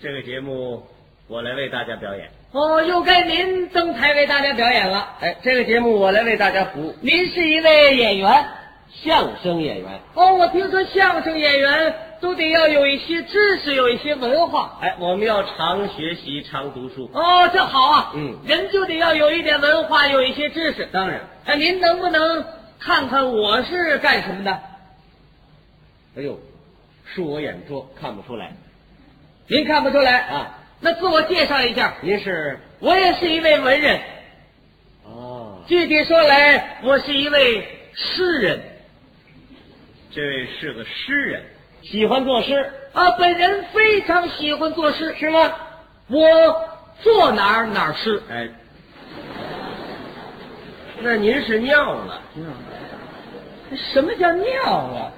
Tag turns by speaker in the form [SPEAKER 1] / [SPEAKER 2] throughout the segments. [SPEAKER 1] 这个节目我来为大家表演。
[SPEAKER 2] 哦，又该您登台为大家表演了。
[SPEAKER 1] 哎，这个节目我来为大家服务。
[SPEAKER 2] 您是一位演员
[SPEAKER 1] 相声演员，
[SPEAKER 2] 哦，我听说相声演员都得要有一些知识，有一些文化。
[SPEAKER 1] 哎，我们要常学习，常读书。
[SPEAKER 2] 哦，这好啊，
[SPEAKER 1] 嗯
[SPEAKER 2] 人就得要有一点文化，有一些知识。
[SPEAKER 1] 当然，
[SPEAKER 2] 哎，您能不能看看我是干什么的？
[SPEAKER 1] 哎呦，恕我眼拙，看不出来。
[SPEAKER 2] 您看不出来
[SPEAKER 1] 啊？
[SPEAKER 2] 那自我介绍一下，
[SPEAKER 1] 您是？
[SPEAKER 2] 我也是一位文人，
[SPEAKER 1] 哦，
[SPEAKER 2] 具体说来，我是一位诗人。
[SPEAKER 1] 这位是个诗人，
[SPEAKER 2] 喜欢作诗啊，本人非常喜欢作诗，是吗？我坐哪儿哪儿诗，
[SPEAKER 1] 哎，那您是尿了？
[SPEAKER 2] 什么叫尿啊？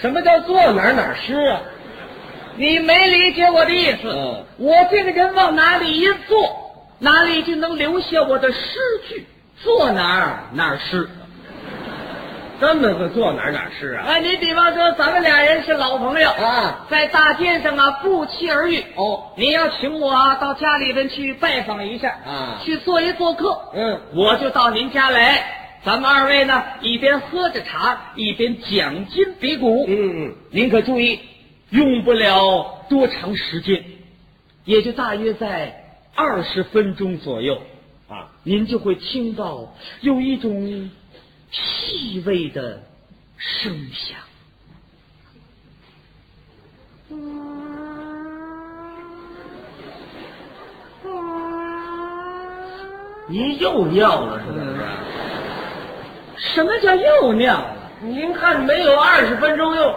[SPEAKER 1] 什么叫坐哪儿哪儿诗啊？
[SPEAKER 2] 你没理解我的意思。
[SPEAKER 1] 嗯
[SPEAKER 2] 我这个人往哪里一坐，哪里就能留下我的诗句。坐哪儿哪儿诗。
[SPEAKER 1] 这么个坐哪儿哪儿诗啊？
[SPEAKER 2] 啊，你比方说咱们俩人是老朋友
[SPEAKER 1] 啊，
[SPEAKER 2] 在大街上啊不期而遇。
[SPEAKER 1] 哦，
[SPEAKER 2] 你要请我啊到家里边去拜访一下
[SPEAKER 1] 啊
[SPEAKER 2] 去做一做客。
[SPEAKER 1] 嗯，
[SPEAKER 2] 我就到您家来，咱们二位呢一边喝着茶，一边讲筋比骨。
[SPEAKER 1] 嗯，
[SPEAKER 2] 您可注意，用不了多长时间，也就大约在二十分钟左右，
[SPEAKER 1] 啊，
[SPEAKER 2] 您就会听到有一种细微的声响。
[SPEAKER 1] 您又尿了是怎么着？
[SPEAKER 2] 什么叫又啊尿了？
[SPEAKER 1] 您看没有二十分钟用？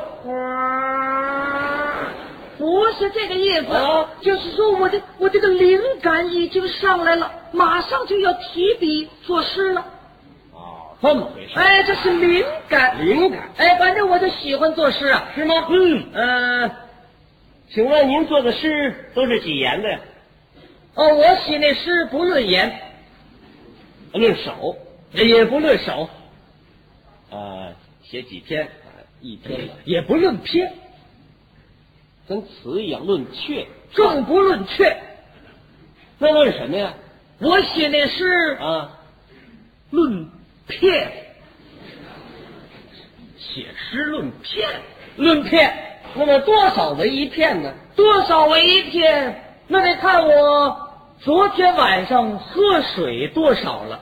[SPEAKER 2] 不是这个意思，
[SPEAKER 1] 哦
[SPEAKER 2] 就是说我的我这个灵感已经上来了，马上就要提笔作诗了。
[SPEAKER 1] 哦，这么回事。
[SPEAKER 2] 哎，这是灵感。
[SPEAKER 1] 灵感
[SPEAKER 2] 哎，反正我就喜欢作诗啊。
[SPEAKER 1] 是吗？嗯，呃，请问您做的诗都是几言的呀？
[SPEAKER 2] 哦，我写那诗不论言，
[SPEAKER 1] 论手，
[SPEAKER 2] 也不论手，
[SPEAKER 1] 呃，写几篇？呃一篇吧。
[SPEAKER 2] 也不论篇，
[SPEAKER 1] 跟词一样，论阙。
[SPEAKER 2] 更不论阙。
[SPEAKER 1] 那论什么呀？
[SPEAKER 2] 我写那诗
[SPEAKER 1] 啊，
[SPEAKER 2] 论片，
[SPEAKER 1] 写诗论篇。
[SPEAKER 2] 论片。
[SPEAKER 1] 那么多少为一篇呢？
[SPEAKER 2] 多少为一天？那得看我昨天晚上喝水多少了。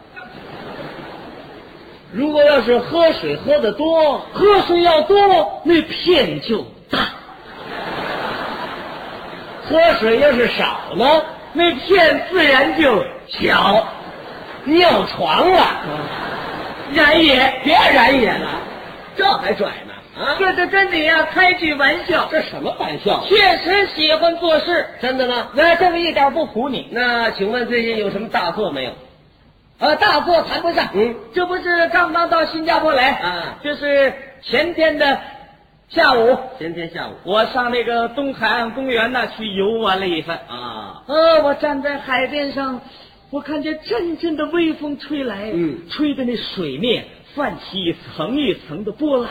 [SPEAKER 1] 如果要是喝水喝的多，
[SPEAKER 2] 喝水要多了，那片就大；
[SPEAKER 1] 喝水要是少呢，
[SPEAKER 2] 那片自然就小。
[SPEAKER 1] 尿床了，
[SPEAKER 2] 然也，
[SPEAKER 1] 别染野了，这还拽呢？啊，
[SPEAKER 2] 这就跟你呀、开句玩笑，
[SPEAKER 1] 这什么玩笑？啊
[SPEAKER 2] 确实喜欢做事。
[SPEAKER 1] 真的呢？
[SPEAKER 2] 那这个一点不唬你，
[SPEAKER 1] 那请问最近有什么大作没有？
[SPEAKER 2] 呃，大作谈不上。
[SPEAKER 1] 嗯，
[SPEAKER 2] 这不是刚刚到新加坡来
[SPEAKER 1] 啊
[SPEAKER 2] 就是前天的下午，
[SPEAKER 1] 前天下午
[SPEAKER 2] 我上那个东海岸公园那去游玩了一番。
[SPEAKER 1] 啊，
[SPEAKER 2] 呃，我站在海边上，我看见阵阵的微风吹来，
[SPEAKER 1] 嗯
[SPEAKER 2] 吹的那水面泛起一层一层的波浪。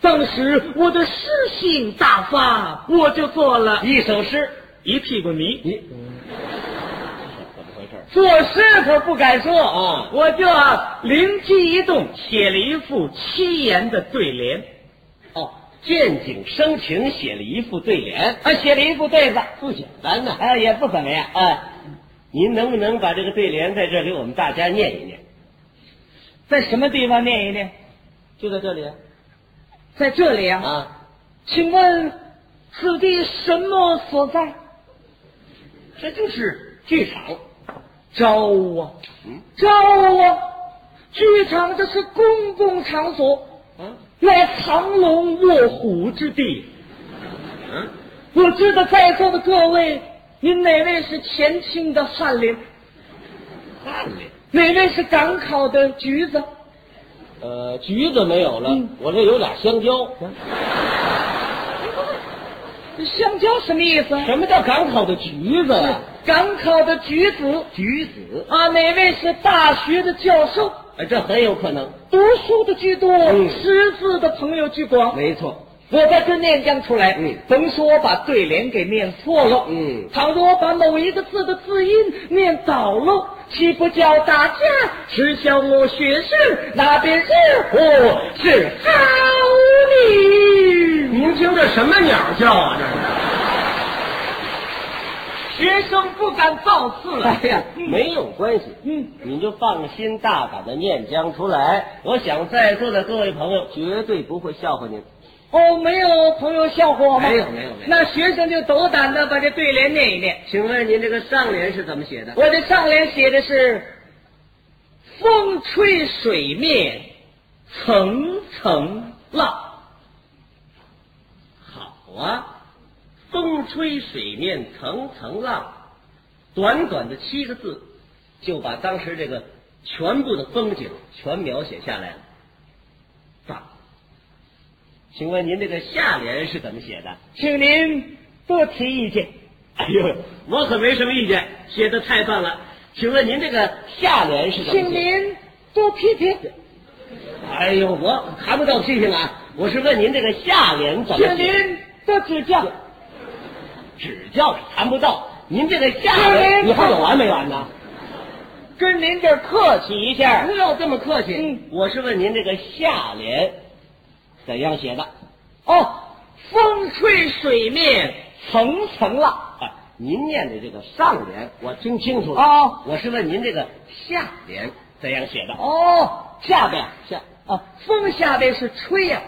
[SPEAKER 2] 当时我的诗性大发，我就做了
[SPEAKER 1] 一首诗，
[SPEAKER 2] 一屁股泥。
[SPEAKER 1] 你怎么回事？
[SPEAKER 2] 作诗可不敢说
[SPEAKER 1] 啊
[SPEAKER 2] 我就啊灵机一动，写了一副七言的对联，
[SPEAKER 1] 哦，见景生情，写了一副对联，
[SPEAKER 2] 啊，写了一副对子，
[SPEAKER 1] 不简单呐、
[SPEAKER 2] 哎，也不怎么样。
[SPEAKER 1] 哎，您能不能把这个对联在这给我们大家念一念？
[SPEAKER 2] 在什么地方念一念？
[SPEAKER 1] 就在这里啊。
[SPEAKER 2] 在这里啊
[SPEAKER 1] 啊，
[SPEAKER 2] 请问此地什么所在？
[SPEAKER 1] 这就是剧场。
[SPEAKER 2] 招啊，
[SPEAKER 1] 嗯
[SPEAKER 2] 招啊！剧场这是公共场所，
[SPEAKER 1] 啊
[SPEAKER 2] 乃藏龙卧虎之地。
[SPEAKER 1] 嗯，
[SPEAKER 2] 我知道在座的各位，您哪位是前清的翰林，
[SPEAKER 1] 汉里。
[SPEAKER 2] 哪位是赶考的橘子？
[SPEAKER 1] 呃，橘子没有了，
[SPEAKER 2] 嗯
[SPEAKER 1] 我这有俩香蕉。
[SPEAKER 2] 香蕉什么意思？啊
[SPEAKER 1] 什么叫港口的橘子呀？
[SPEAKER 2] 赶考的举子
[SPEAKER 1] 橘子。
[SPEAKER 2] 啊，哪位是大学的教授？
[SPEAKER 1] 哎，这很有可能。
[SPEAKER 2] 读书的居多，
[SPEAKER 1] 嗯
[SPEAKER 2] 识字的朋友居广。
[SPEAKER 1] 没错，
[SPEAKER 2] 我把这念将出来，
[SPEAKER 1] 嗯
[SPEAKER 2] 甭说我把对联给念错了，
[SPEAKER 1] 嗯
[SPEAKER 2] 倘若我把某一个字的字音念倒了，岂不叫大家耻笑我学士那便是我是好女？
[SPEAKER 1] 您听哦这什么鸟叫啊？这是？
[SPEAKER 2] 学生不敢造次了。
[SPEAKER 1] 哎呀，没有关系，
[SPEAKER 2] 嗯，
[SPEAKER 1] 你就放心大胆的念将出来。我想在座的各位朋友绝对不会笑话您。
[SPEAKER 2] 哦，没有朋友笑话我吗？
[SPEAKER 1] 没有没有没有
[SPEAKER 2] 那学生就斗胆的把这对联念一念。
[SPEAKER 1] 请问您这个上联是怎么写的？
[SPEAKER 2] 我的上联写的是“风吹水面层层浪
[SPEAKER 1] 好啊，风吹水面层层浪，短短的七个字，就把当时这个全部的风景全描写下来了。棒！请问您这个下联是怎么写的？”，
[SPEAKER 2] 请您多提意见。
[SPEAKER 1] 哎呦，我可没什么意见，写的太棒了。请问您这个下联是怎么
[SPEAKER 2] 请
[SPEAKER 1] 写的？
[SPEAKER 2] 您多批评，
[SPEAKER 1] 哎呦，我谈不到批评啊，我是问您这个下联怎么
[SPEAKER 2] 请
[SPEAKER 1] 写？
[SPEAKER 2] 您多指教，
[SPEAKER 1] 指教也谈不到，您这个下
[SPEAKER 2] 请
[SPEAKER 1] 联，
[SPEAKER 2] 您
[SPEAKER 1] 你还有完没完呢？
[SPEAKER 2] 跟您这儿客气一下
[SPEAKER 1] 不。要这么客气。
[SPEAKER 2] 嗯
[SPEAKER 1] 我是问您这个下联怎样写的？
[SPEAKER 2] 哦，风吹水面层层浪。
[SPEAKER 1] 啊，您念的这个上联我听清楚了。
[SPEAKER 2] 哦
[SPEAKER 1] 我是问您这个下联怎样写的？
[SPEAKER 2] 哦，下边
[SPEAKER 1] 下
[SPEAKER 2] 啊，风下边是吹呀、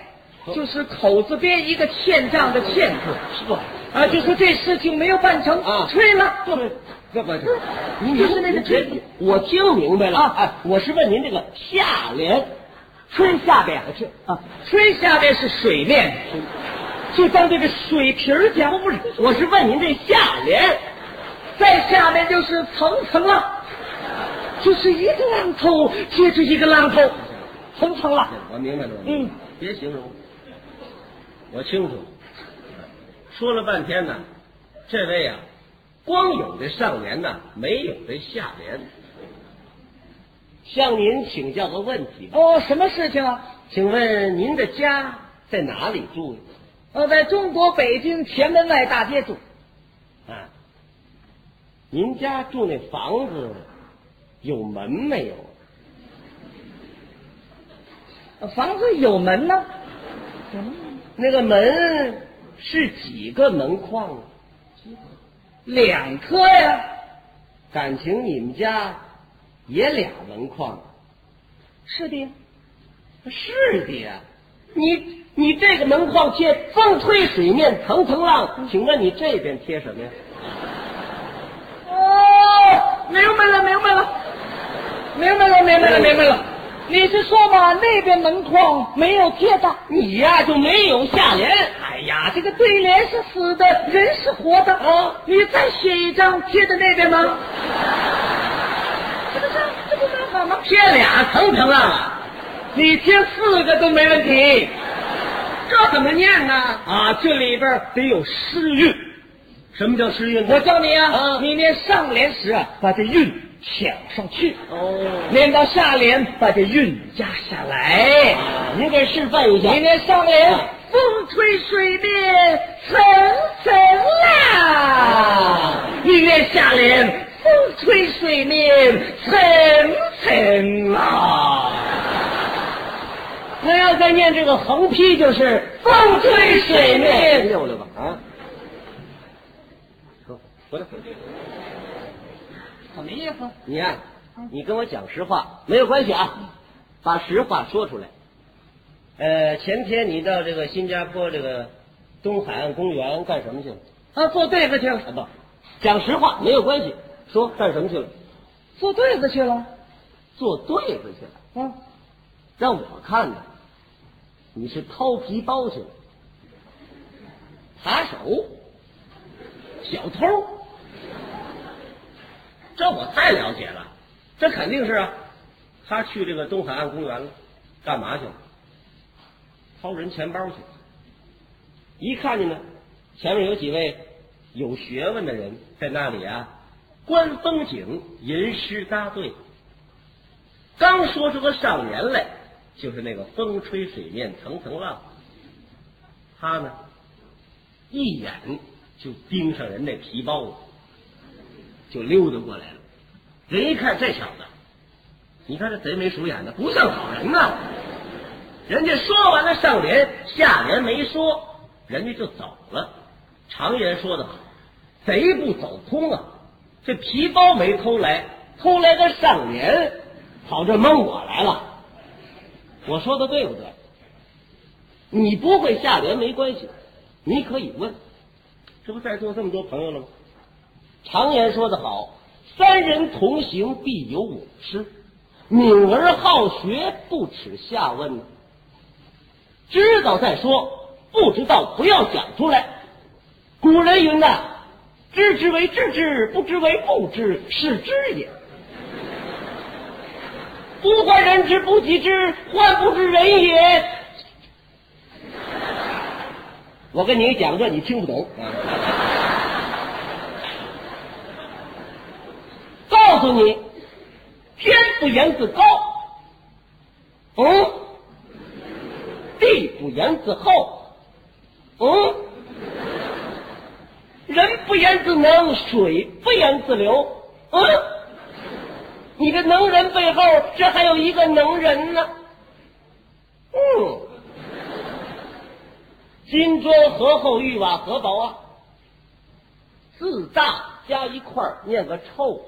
[SPEAKER 2] 就是口字边一个欠账的欠字。
[SPEAKER 1] 是吧？
[SPEAKER 2] 啊，就说这事情没有办成
[SPEAKER 1] 啊
[SPEAKER 2] 吹了，
[SPEAKER 1] 不不不不，您
[SPEAKER 2] 就是那个
[SPEAKER 1] 别，我听明白了
[SPEAKER 2] 啊
[SPEAKER 1] 哎，我是问您这个下联，
[SPEAKER 2] 吹下边
[SPEAKER 1] 啊吹
[SPEAKER 2] 啊，吹下边是水面，就当这个水瓶儿讲，不是，
[SPEAKER 1] 我是问您这下联。
[SPEAKER 2] 在下面就是层层浪，就是一个浪头接着一个浪头，层层浪。
[SPEAKER 1] 哎我明白了，我
[SPEAKER 2] 嗯
[SPEAKER 1] 明白了，别形容，我清楚。说了半天呢，这位啊，光有这上联呢，没有这下联。向您请教个问题吧，
[SPEAKER 2] 哦，什么事情啊？
[SPEAKER 1] 请问您的家在哪里住
[SPEAKER 2] 呃，在中国北京前门外大街住，
[SPEAKER 1] 啊？您家住那房子有门没有？啊
[SPEAKER 2] 呃房子有门呢。
[SPEAKER 1] 那个门是几个门框啊？
[SPEAKER 2] 两颗呀，
[SPEAKER 1] 感情你们家也俩门框啊？
[SPEAKER 2] 是的呀。
[SPEAKER 1] 是的呀，你你这个门框贴风吹水面层层浪，请问你这边贴什么呀？
[SPEAKER 2] 哦，明白了，明白了，明白了，明白了，明白了。你是说吧，那边门框没有贴的？
[SPEAKER 1] 你呀、就没有下联。
[SPEAKER 2] 哎呀，这个对联是死的，人是活的
[SPEAKER 1] 啊！
[SPEAKER 2] 你再写一张贴在那边吗？这个张，这个张怎么贴俩层层啊？你贴四个都没问题。这怎么念呢？
[SPEAKER 1] 啊，这里边得有诗韵。什么叫诗韵
[SPEAKER 2] 我
[SPEAKER 1] 我
[SPEAKER 2] 教你啊，
[SPEAKER 1] 啊
[SPEAKER 2] 你念上联时啊，把这韵抢上去。
[SPEAKER 1] 哦，
[SPEAKER 2] 念到下联，把这韵压下来。
[SPEAKER 1] 您给示范一下。
[SPEAKER 2] 明天上联
[SPEAKER 1] 啊，
[SPEAKER 2] 风吹水面层层浪；明天下联，风吹水面层层浪。
[SPEAKER 1] 那要再念这个横批就是
[SPEAKER 2] 风吹水面
[SPEAKER 1] 溜溜吧啊。走回来，回来
[SPEAKER 2] 什么意思？
[SPEAKER 1] 你呀、你跟我讲实话没有关系啊，把实话说出来。呃，前天你到这个新加坡这个东海岸公园干什么去了？
[SPEAKER 2] 啊，做对子去
[SPEAKER 1] 啊
[SPEAKER 2] 了，
[SPEAKER 1] 不，讲实话没有关系，说干什么去了？
[SPEAKER 2] 做对子去了。
[SPEAKER 1] 做对子去了，
[SPEAKER 2] 啊，
[SPEAKER 1] 让我看的，你是掏皮包去了，扒手，小偷，这我太了解了，这肯定是啊，他去这个东海岸公园了，干嘛去了？掏人钱包去了，一看见呢，前面有几位有学问的人在那里啊，观风景，吟诗搭对。刚说出个上联来，就是那个风吹水面层层浪。他呢，一眼就盯上人那皮包了，就溜达过来了。人一看这小子，你看这贼眉鼠眼的，不像好人呐。人家说完了上联，下联没说，人家就走了。常言说得好，贼不走空啊，这皮包没偷来，偷来个上联，跑这蒙我来了。我说的对不对？你不会下联没关系，你可以问。这不在座这么多朋友了吗？常言说得好，三人同行必有我师，敏而好学，不耻下问。知道再说，不知道不要讲出来。古人云呐：“知之为知之，不知为不知，是知也。”不患人之不己知，患不知人也。我跟你讲这，你听不懂。啊、告诉你，天不言自高，嗯；地不言自厚，嗯；人不言自能，水不言自流，嗯。你这能人背后，这还有一个能人呢。嗯，金砖和厚，玉瓦和薄啊。自大加一块儿念个臭，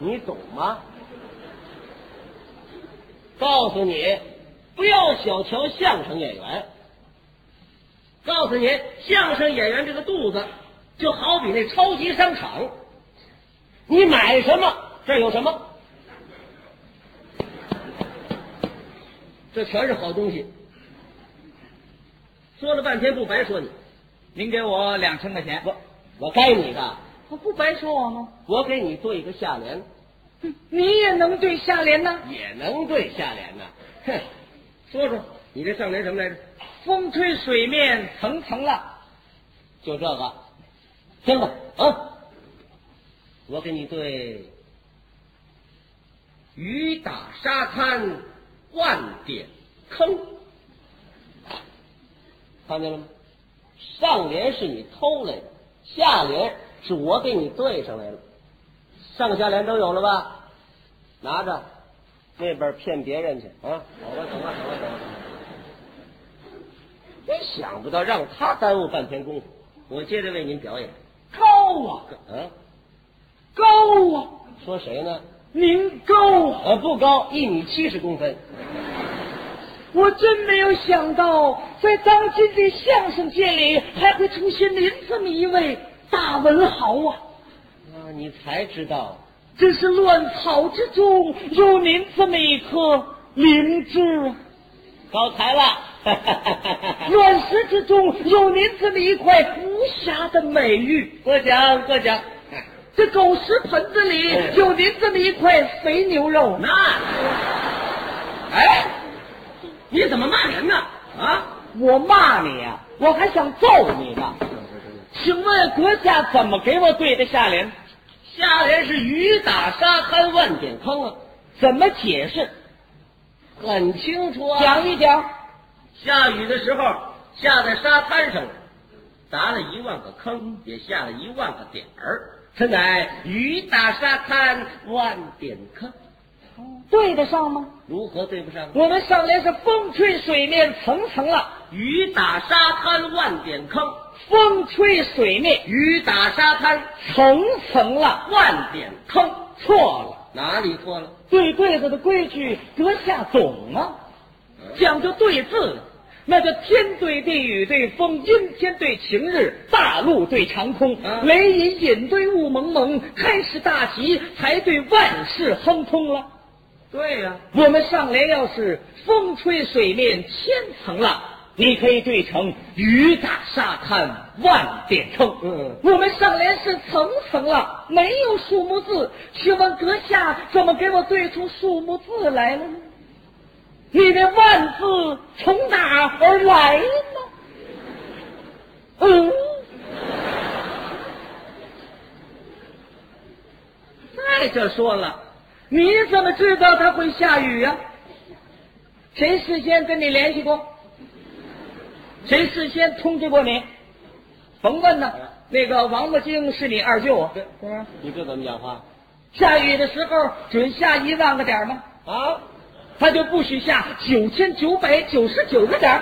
[SPEAKER 1] 你懂吗？告诉你，不要小瞧相声演员。告诉你，相声演员这个肚子，就好比那超级商场，你买什么？这儿有什么？这全是好东西。说了半天不白说你，
[SPEAKER 3] 您给我两千块钱，
[SPEAKER 1] 我我该你的，
[SPEAKER 2] 我不白说我吗？
[SPEAKER 1] 我给你做一个下联，
[SPEAKER 2] 你也能对下联呢？
[SPEAKER 1] 也能对下联呐。哼，说说你这上联什么来着？
[SPEAKER 2] 风吹水面层层浪，
[SPEAKER 1] 就这个，听吧啊！我给你对。雨打沙滩，万点坑，看见了吗？上联是你偷来的，下联是我给你对上来了，上下联都有了吧？拿着，那边骗别人去啊！走吧，走吧，走吧，走吧。真想不到让他耽误半天功夫，我接着为您表演。
[SPEAKER 2] 高啊，
[SPEAKER 1] 啊，
[SPEAKER 2] 高啊，
[SPEAKER 1] 说谁呢？
[SPEAKER 2] 您高啊！
[SPEAKER 1] 呃，不高，一米七十公分。
[SPEAKER 2] 我真没有想到，在当今的相声界里，还会出现您这么一位大文豪啊！
[SPEAKER 1] 啊，你才知道，
[SPEAKER 2] 真是乱草之中有您这么一颗灵芝，啊
[SPEAKER 1] 高抬了。
[SPEAKER 2] 乱石之中有您这么一块无瑕的美玉，
[SPEAKER 1] 过奖，过奖。
[SPEAKER 2] 这狗食盆子里有您这么一块肥牛肉。
[SPEAKER 1] 哦那，哎，你怎么骂人呢？啊，
[SPEAKER 2] 我骂你呀、我还想揍你呢。请问国家怎么给我对的下联？
[SPEAKER 1] 下联是雨打沙滩万点坑啊，
[SPEAKER 2] 怎么解释？
[SPEAKER 1] 很清楚啊。
[SPEAKER 2] 讲一讲。
[SPEAKER 1] 下雨的时候下在沙滩上，砸了一万个坑，也下了一万个点儿，此乃雨打沙滩万点坑。
[SPEAKER 2] 对得上吗？
[SPEAKER 1] 如何对不上？
[SPEAKER 2] 我们上联是风吹水面层层浪，
[SPEAKER 1] 雨打沙滩万点坑，
[SPEAKER 2] 风吹水面
[SPEAKER 1] 雨打沙滩
[SPEAKER 2] 层层浪，
[SPEAKER 1] 万点坑，
[SPEAKER 2] 错了。
[SPEAKER 1] 哪里错了？
[SPEAKER 2] 对对子的规矩，阁下懂吗？讲究对字，那叫天对地，雨对风，阴天对晴日，大陆对长空，
[SPEAKER 1] 啊
[SPEAKER 2] 雷隐隐对雾蒙蒙，开市大吉才对万事亨通了。
[SPEAKER 1] 对呀、
[SPEAKER 2] 我们上联要是风吹水面千层浪，你可以对成雨打沙滩万点坑。
[SPEAKER 1] 嗯
[SPEAKER 2] 我们上联是层层浪，没有数目字，请问阁下怎么给我对出数目字来了呢？你的万字从哪儿来呢？嗯，
[SPEAKER 1] 再者说了，
[SPEAKER 2] 你怎么知道它会下雨呀、谁事先跟你联系过？谁事先通知过你？甭问呐，那个王八精是你二舅啊
[SPEAKER 1] 对，
[SPEAKER 2] 哎是吗？
[SPEAKER 1] 你这怎么讲话
[SPEAKER 2] 下雨的时候准下一万个点儿吗？
[SPEAKER 1] 啊？
[SPEAKER 2] 他就不许下九千九百九十九个点儿，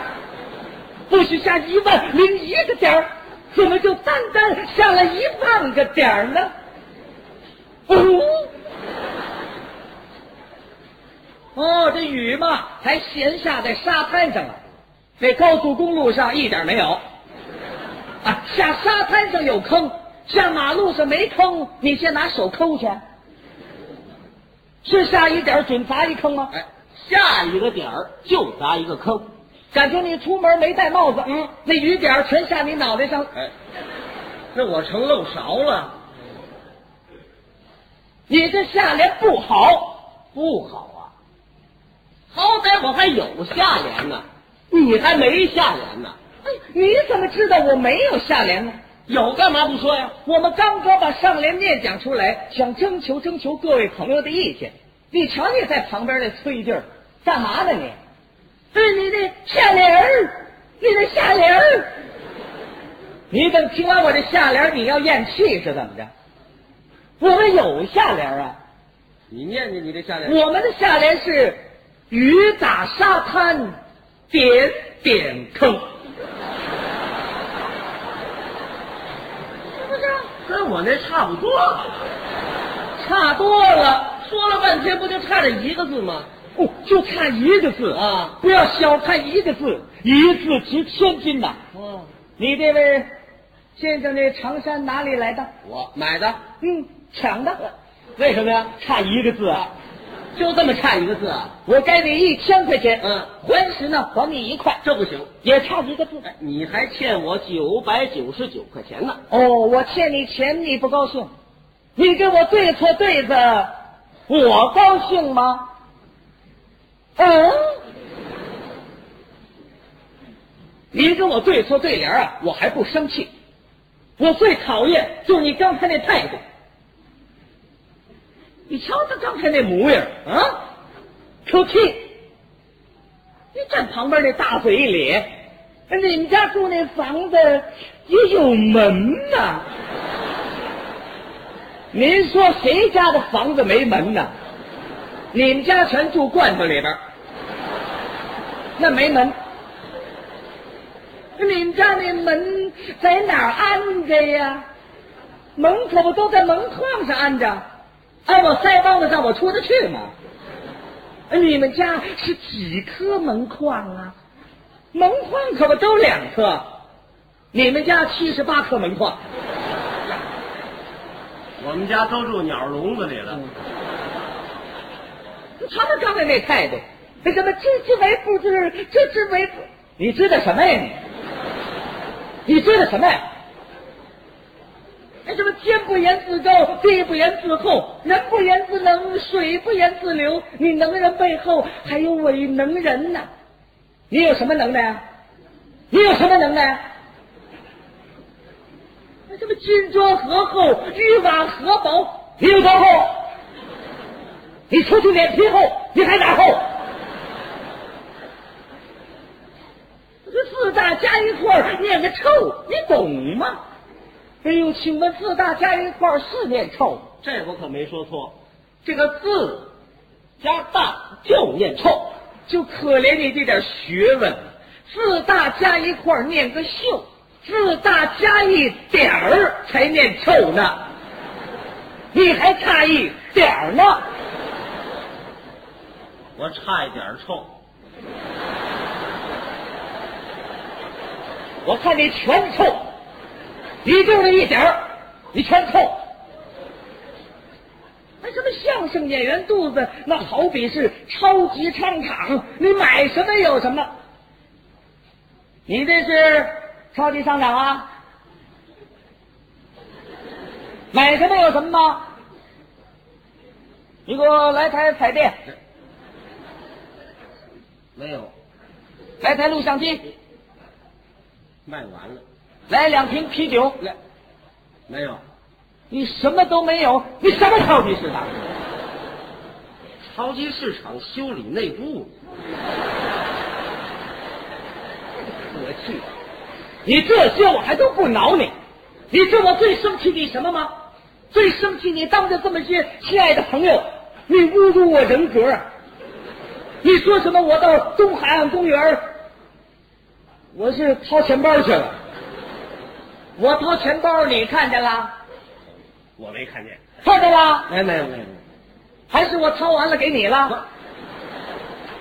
[SPEAKER 2] 不许下一万零一个点儿，怎么就单单下了一万个点儿呢？哦，哦，这雨嘛，还闲下在沙滩上了，这高速公路上一点儿没有。啊，下沙滩上有坑，下马路上没坑，你先拿手抠去。是下一点儿准砸一坑吗？
[SPEAKER 1] 哎，下一个点儿就砸一个坑。
[SPEAKER 2] 感情你出门没戴帽子，嗯，那雨点儿全下你脑袋上。
[SPEAKER 1] 哎，那我成漏勺了，
[SPEAKER 2] 你这下联不好，
[SPEAKER 1] 不好啊！好歹我还有下联呢，你还没下联呢，
[SPEAKER 2] 哎，你怎么知道我没有下联呢？
[SPEAKER 1] 有干嘛不说呀？
[SPEAKER 2] 我们刚刚把上联念讲出来，想征求征求各位朋友的意见。你瞧你在旁边那催劲儿，干嘛呢你？对你的下联儿，你的下联儿。你等听完我这下联儿，你要咽气是怎么着？我们有下联儿啊。
[SPEAKER 1] 你念念你这下联，
[SPEAKER 2] 我们的下联是“雨打沙滩，点点坑
[SPEAKER 1] 跟我那差不多了。”，
[SPEAKER 2] 差多了，
[SPEAKER 1] 说了半天不就差这一个字吗？
[SPEAKER 2] 哦，就差一个字
[SPEAKER 1] 啊！
[SPEAKER 2] 不要小看一个字，一字值千金呐。
[SPEAKER 1] 嗯，
[SPEAKER 2] 你这位先生，这长衫哪里来的？
[SPEAKER 1] 我买的，
[SPEAKER 2] 嗯，抢的，
[SPEAKER 1] 为什么呀？
[SPEAKER 2] 差一个字啊！
[SPEAKER 1] 就这么差一个字啊？
[SPEAKER 2] 我该你一千块钱，
[SPEAKER 1] 嗯
[SPEAKER 2] 还时呢还你一块，
[SPEAKER 1] 这不行，哎
[SPEAKER 2] 也差一个字。
[SPEAKER 1] 你还欠我九百九十九块钱呢。
[SPEAKER 2] 哦，我欠你钱，你不高兴？你跟我对错对子，我高兴吗？嗯，你跟我对错对联啊，我还不生气。我最讨厌就是你刚才那态度。你瞧他刚才那模样啊，出气！你站旁边那大嘴咧，你们家住那房子也有门呐？您说谁家的房子没门呐？你们家全住罐头里边儿，那没门。你们家那门在哪儿安着呀？门口不都在门框上安着？哎，我腮帮子上我出得去吗？哎你们家是几颗门框啊？门框可不都两颗？你们家七十八颗门框，
[SPEAKER 1] 我们家都住鸟笼子里了。
[SPEAKER 2] 嗯他们刚才那态度，那什么知之为不知，知之为不，你知道什么呀你？你知道什么呀？那什么天不言自高，地不言自厚，人不言自能，水不言自流。你能人背后还有伪能人呢。你有什么能耐啊？你有什么能耐啊？那什么金砖和厚，玉瓦和薄，你有多厚？你除去脸皮厚，你还哪厚？这四大加一块儿念个臭，你懂吗？哎呦，请问四大加一块儿是念臭吗？
[SPEAKER 1] 这我可没说错，这个字加大就念臭。
[SPEAKER 2] 就可怜你这点学问，字大加一块儿念个秀，字大加一点儿才念臭呢，你还差一点儿呢。
[SPEAKER 1] 我差一点儿臭，
[SPEAKER 2] 我看你全臭，你就这一点儿，你全臭。那什么相声演员肚子，那好比是超级商场，你买什么有什么。你这是超级商场啊？买什么有什么吗？你给我来台彩电，
[SPEAKER 1] 没有
[SPEAKER 2] 来台录像机，
[SPEAKER 1] 卖完了，
[SPEAKER 2] 来两瓶啤酒。
[SPEAKER 1] 来没有
[SPEAKER 2] 你什么都没有，你什么超级市场？
[SPEAKER 1] 超级市场 修理内部，
[SPEAKER 2] 客气。你这些我还都不挠你。你知道我最生气你什么吗？最生气你当着这么些亲爱的朋友，你侮辱我人格。啊你说什么？我到东海岸公园，我是掏钱包去了。我掏钱包，你看见了？
[SPEAKER 1] 我没看见，
[SPEAKER 2] 看见了？
[SPEAKER 1] 没没没没，
[SPEAKER 2] 还是我掏完了给你了？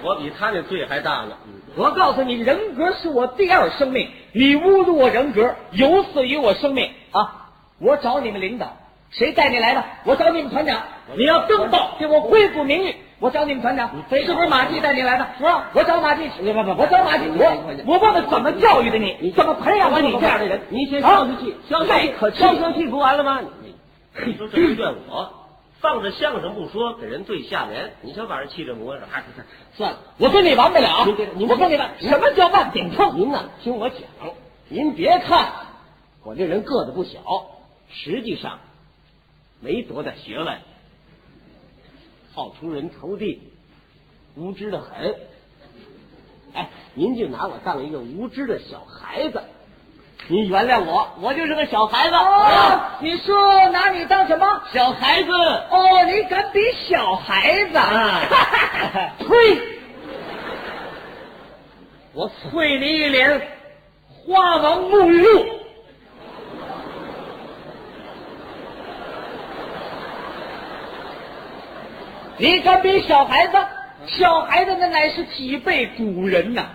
[SPEAKER 1] 我比他那罪还大呢。嗯
[SPEAKER 2] 我告诉你，人格是我第二生命，你侮辱我人格，有损于我生命啊！我找你们领导，谁带你来的？我找你们团长，你要登报给我恢复名誉，我找你们团长，是不是马季带你来的？是啊吧？我找马季，
[SPEAKER 1] 不不不
[SPEAKER 2] 我找马季，我我忘了怎么教育的你，怎么培养了你这样的人？
[SPEAKER 1] 您先
[SPEAKER 2] 啊
[SPEAKER 1] 消消气，消
[SPEAKER 2] 消
[SPEAKER 1] 消气，
[SPEAKER 2] 可气
[SPEAKER 1] 消消气不完了吗？你你说这是怨我，放着相声不说，给人对下联，你瞧把人气这模样，还是
[SPEAKER 2] 算了，我跟你完不了
[SPEAKER 1] 您别您，别
[SPEAKER 2] 我跟你完，什么叫万点碰？
[SPEAKER 1] 您呢？听我讲，您别看我这人个子不小，实际上没多大学问，好出人头地，无知的很。哎，您就拿我当一个无知的小孩子，您原谅我，我就是个小孩子。
[SPEAKER 2] 啊！你说拿你当什么？
[SPEAKER 1] 小孩子，
[SPEAKER 2] 哦，你敢比小孩子？
[SPEAKER 1] 啊
[SPEAKER 2] 呸！我啐你一脸花王沐浴露。你敢比小孩子？小孩子那乃是几辈古人呐、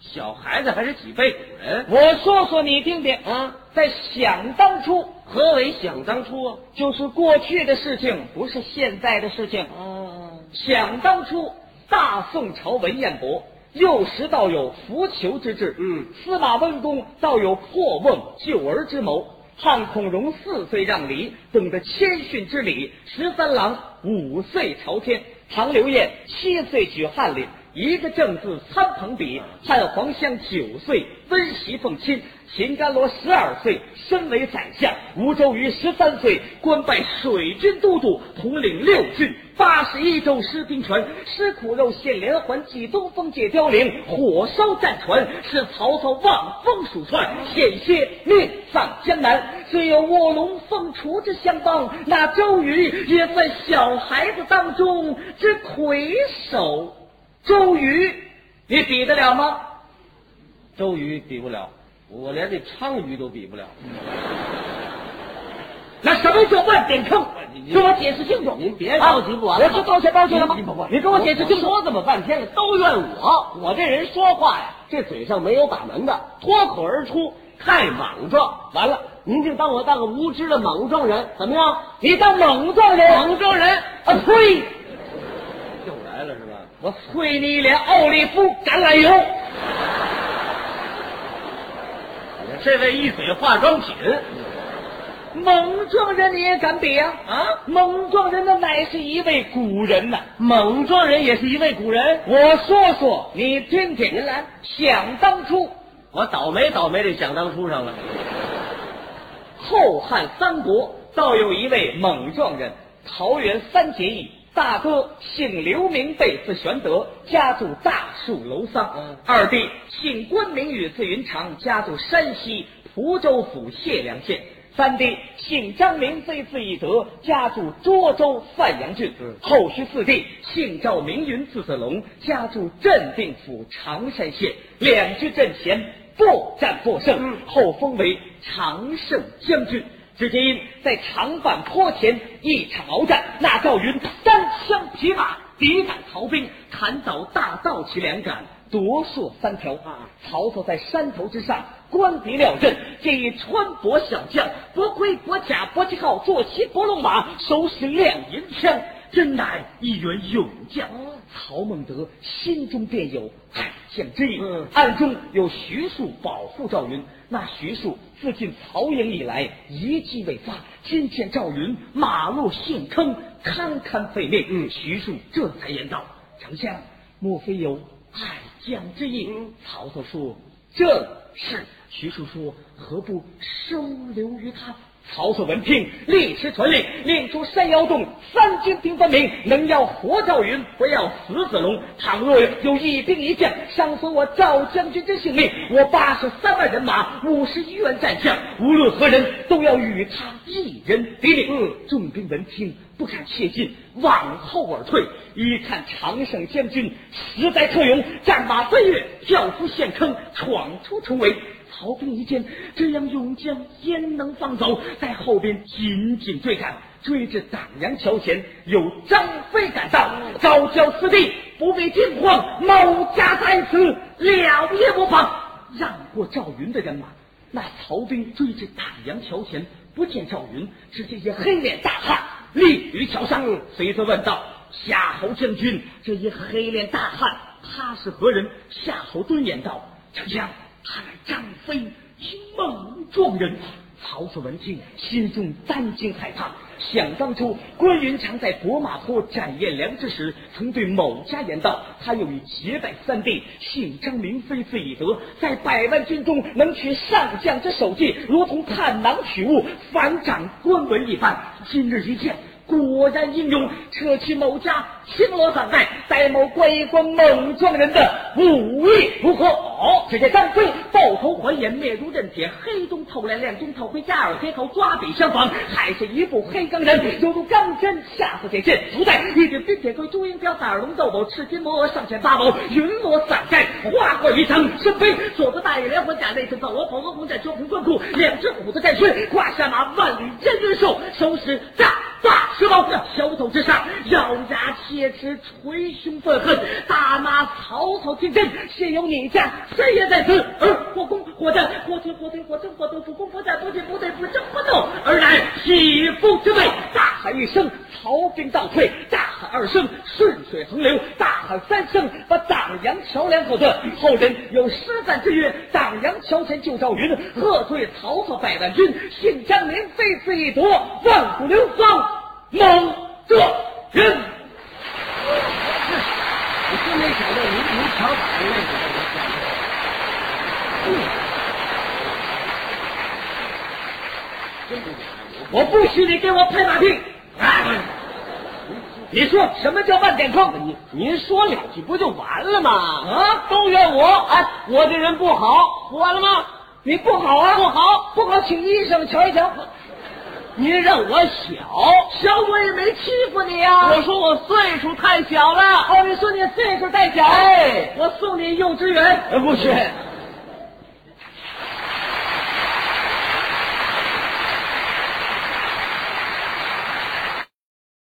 [SPEAKER 1] 小孩子还是几辈古人？
[SPEAKER 2] 我说说你听听，
[SPEAKER 1] 啊，
[SPEAKER 2] 在想当初，
[SPEAKER 1] 何为想当初啊？
[SPEAKER 2] 就是过去的事情，不是现在的事情。
[SPEAKER 1] 哦，
[SPEAKER 2] 想当初，大宋朝文彦博，幼时道有扶求之志，
[SPEAKER 1] 嗯
[SPEAKER 2] 司马温公道有破瓮救儿之谋。汉孔融四岁让梨，懂得谦逊之礼；十三郎五岁朝天，唐刘晏七岁举翰林。一个正字参朋比，汉黄香九岁温席奉亲，秦甘罗十二岁身为宰相，吴周瑜十三岁官拜水军都督，统领六郡八十一州施兵权，吃苦肉献连环，济东风解凋零，火烧战船，是曹操望风鼠窜，险些命丧江南。虽有卧龙凤雏之相帮，那周瑜也算小孩子当中之魁首。周瑜，你比得了吗？
[SPEAKER 1] 周瑜比不了，我连那鲳鱼都比不了。
[SPEAKER 2] 那什么叫万点坑
[SPEAKER 1] 哎你？
[SPEAKER 2] 给我解释清楚！
[SPEAKER 1] 您别着急不完了
[SPEAKER 2] 啊我这掏钱包去了吗
[SPEAKER 1] 您不不？
[SPEAKER 2] 你给我解释清楚！
[SPEAKER 1] 我说这么半天了，都怨我，我这人说话呀，这嘴上没有把门的，脱口而出，太莽撞。完了，您就当我当个无知的莽撞人，怎么样？
[SPEAKER 2] 你当莽撞人！
[SPEAKER 1] 莽撞人
[SPEAKER 2] 啊！呸！
[SPEAKER 1] 又来了是吧？
[SPEAKER 2] 我啐你一脸奥利夫橄榄
[SPEAKER 1] 哎
[SPEAKER 2] 油！
[SPEAKER 1] 这位一嘴化妆品，
[SPEAKER 2] 莽撞人你也敢比呀、啊？
[SPEAKER 1] 啊
[SPEAKER 2] 莽撞人的乃是一位古人呐、
[SPEAKER 1] 莽撞人也是一位古人。
[SPEAKER 2] 我说说，你听听。您来，想当初，
[SPEAKER 1] 我倒霉倒霉这想当初上了，
[SPEAKER 2] 后汉三国倒有一位猛撞人，桃园三结义。大哥姓刘，名备，字玄德，家住大树楼桑。
[SPEAKER 1] 嗯
[SPEAKER 2] 二弟姓关，名羽，字云长，家住山西蒲州府解良县。三弟姓张，名飞，字翼德，家住涿州范阳郡。
[SPEAKER 1] 嗯
[SPEAKER 2] 后续四弟姓赵，名云，字子龙，家住镇定府常山县。两支阵前不战不胜，
[SPEAKER 1] 嗯
[SPEAKER 2] 后封为常胜将军。只皆因在长坂坡前一场鏖战，那赵云单枪匹马抵挡曹兵，砍倒大道旗两杆，夺槊三条。
[SPEAKER 1] 啊
[SPEAKER 2] 曹操在山头之上观敌料阵，建议穿薄小将，薄盔薄甲薄旗号，坐骑薄龙马，手使亮银枪，真乃一员勇将。
[SPEAKER 1] 哦
[SPEAKER 2] 曹孟德心中便有爱将之意，
[SPEAKER 1] 嗯
[SPEAKER 2] 暗中有徐庶保护赵云。那徐庶自进曹营以来，一计未发，今见赵云马落陷坑，堪堪废命。
[SPEAKER 1] 嗯
[SPEAKER 2] 徐庶这才言道：“丞相，莫非有爱将之意？”曹操说：“正是。”徐庶说：“何不收留于他，曹操闻听，立时传令，令出山腰洞三军兵分明，能要活赵云，不要死子龙。倘若有一兵一将伤损我赵将军之性命，我八十三万人马，五十余员战将，无论何人都要与他一人敌命。众兵闻听，不敢怯进，往后而退。一看常胜将军实在特勇，战马飞跃，跳出陷坑，闯出重围。曹兵一见这样勇将，焉能放走？在后边紧紧追赶，追至党阳桥前，有张飞赶到，高叫四弟不必惊慌，某家在此，了也无妨。让过赵云的人马，那曹兵追至党阳桥前，不见赵云，只见一黑脸大汉立于桥上，随着问道：“夏侯将军，这一黑脸大汉他是何人？”夏侯惇言道：“丞相。”他乃张飞，一猛撞人。曹操闻听，心中担惊害怕。想当初，关云长在博马坡斩颜良之时，曾对某家言道：“他又以结拜三弟，姓张名飞，字翼德，在百万军中能取上将之首级，如同探囊取物，反掌官文一般。今日一见。”果然英勇，撤去某家青罗伞带，带某观一观猛撞人的武艺如何？哦，只见张飞抱头还眼，面如刃铁，黑中透亮，亮中透灰，加耳贴头，抓笔相仿，还是一部黑钢人，犹如钢针，下腹铁剑，足带一顶冰铁盔，朱缨标，打耳龙斗宝，赤金摩额，上前八宝，云罗伞盖，划过一层身披左侧大野连环甲，内侧皂罗袍，额红战胸红缎裤，两只虎子战靴，胯下马万里烟云兽，手使大大。石矛小头之上，咬牙切齿，捶胸愤恨，大骂曹操天真，现有你家，谁也在此。而或攻或战，或退或退，或争或斗，不攻不战，不进不退，不争不斗，而乃匹夫之辈。大喊一声，曹兵倒退；大喊二声，顺水横流；大喊三声，把党阳桥梁所断。后人有诗赞之曰：“党阳桥前救赵云，喝退曹操百万军。姓张名飞，字翼德，万古流芳。”蒙着人，
[SPEAKER 1] 我真没想到您您瞧打的那个，真不假，
[SPEAKER 2] 我不许你给我拍马屁！哎，你说什么叫万点坑？
[SPEAKER 1] 您您说两句不就完了吗？
[SPEAKER 2] 啊，
[SPEAKER 1] 都怨我，哎，我这人不好，不完了吗？
[SPEAKER 2] 你不好啊，
[SPEAKER 1] 不好，
[SPEAKER 2] 不好，请医生瞧一瞧。
[SPEAKER 1] 您认我小，
[SPEAKER 2] 小我也没欺负你呀、啊。
[SPEAKER 1] 我说我岁数太小了。
[SPEAKER 2] 哦，你说你岁数太小。
[SPEAKER 1] 哎，
[SPEAKER 2] 我送你幼稚园。
[SPEAKER 1] 呃，不是。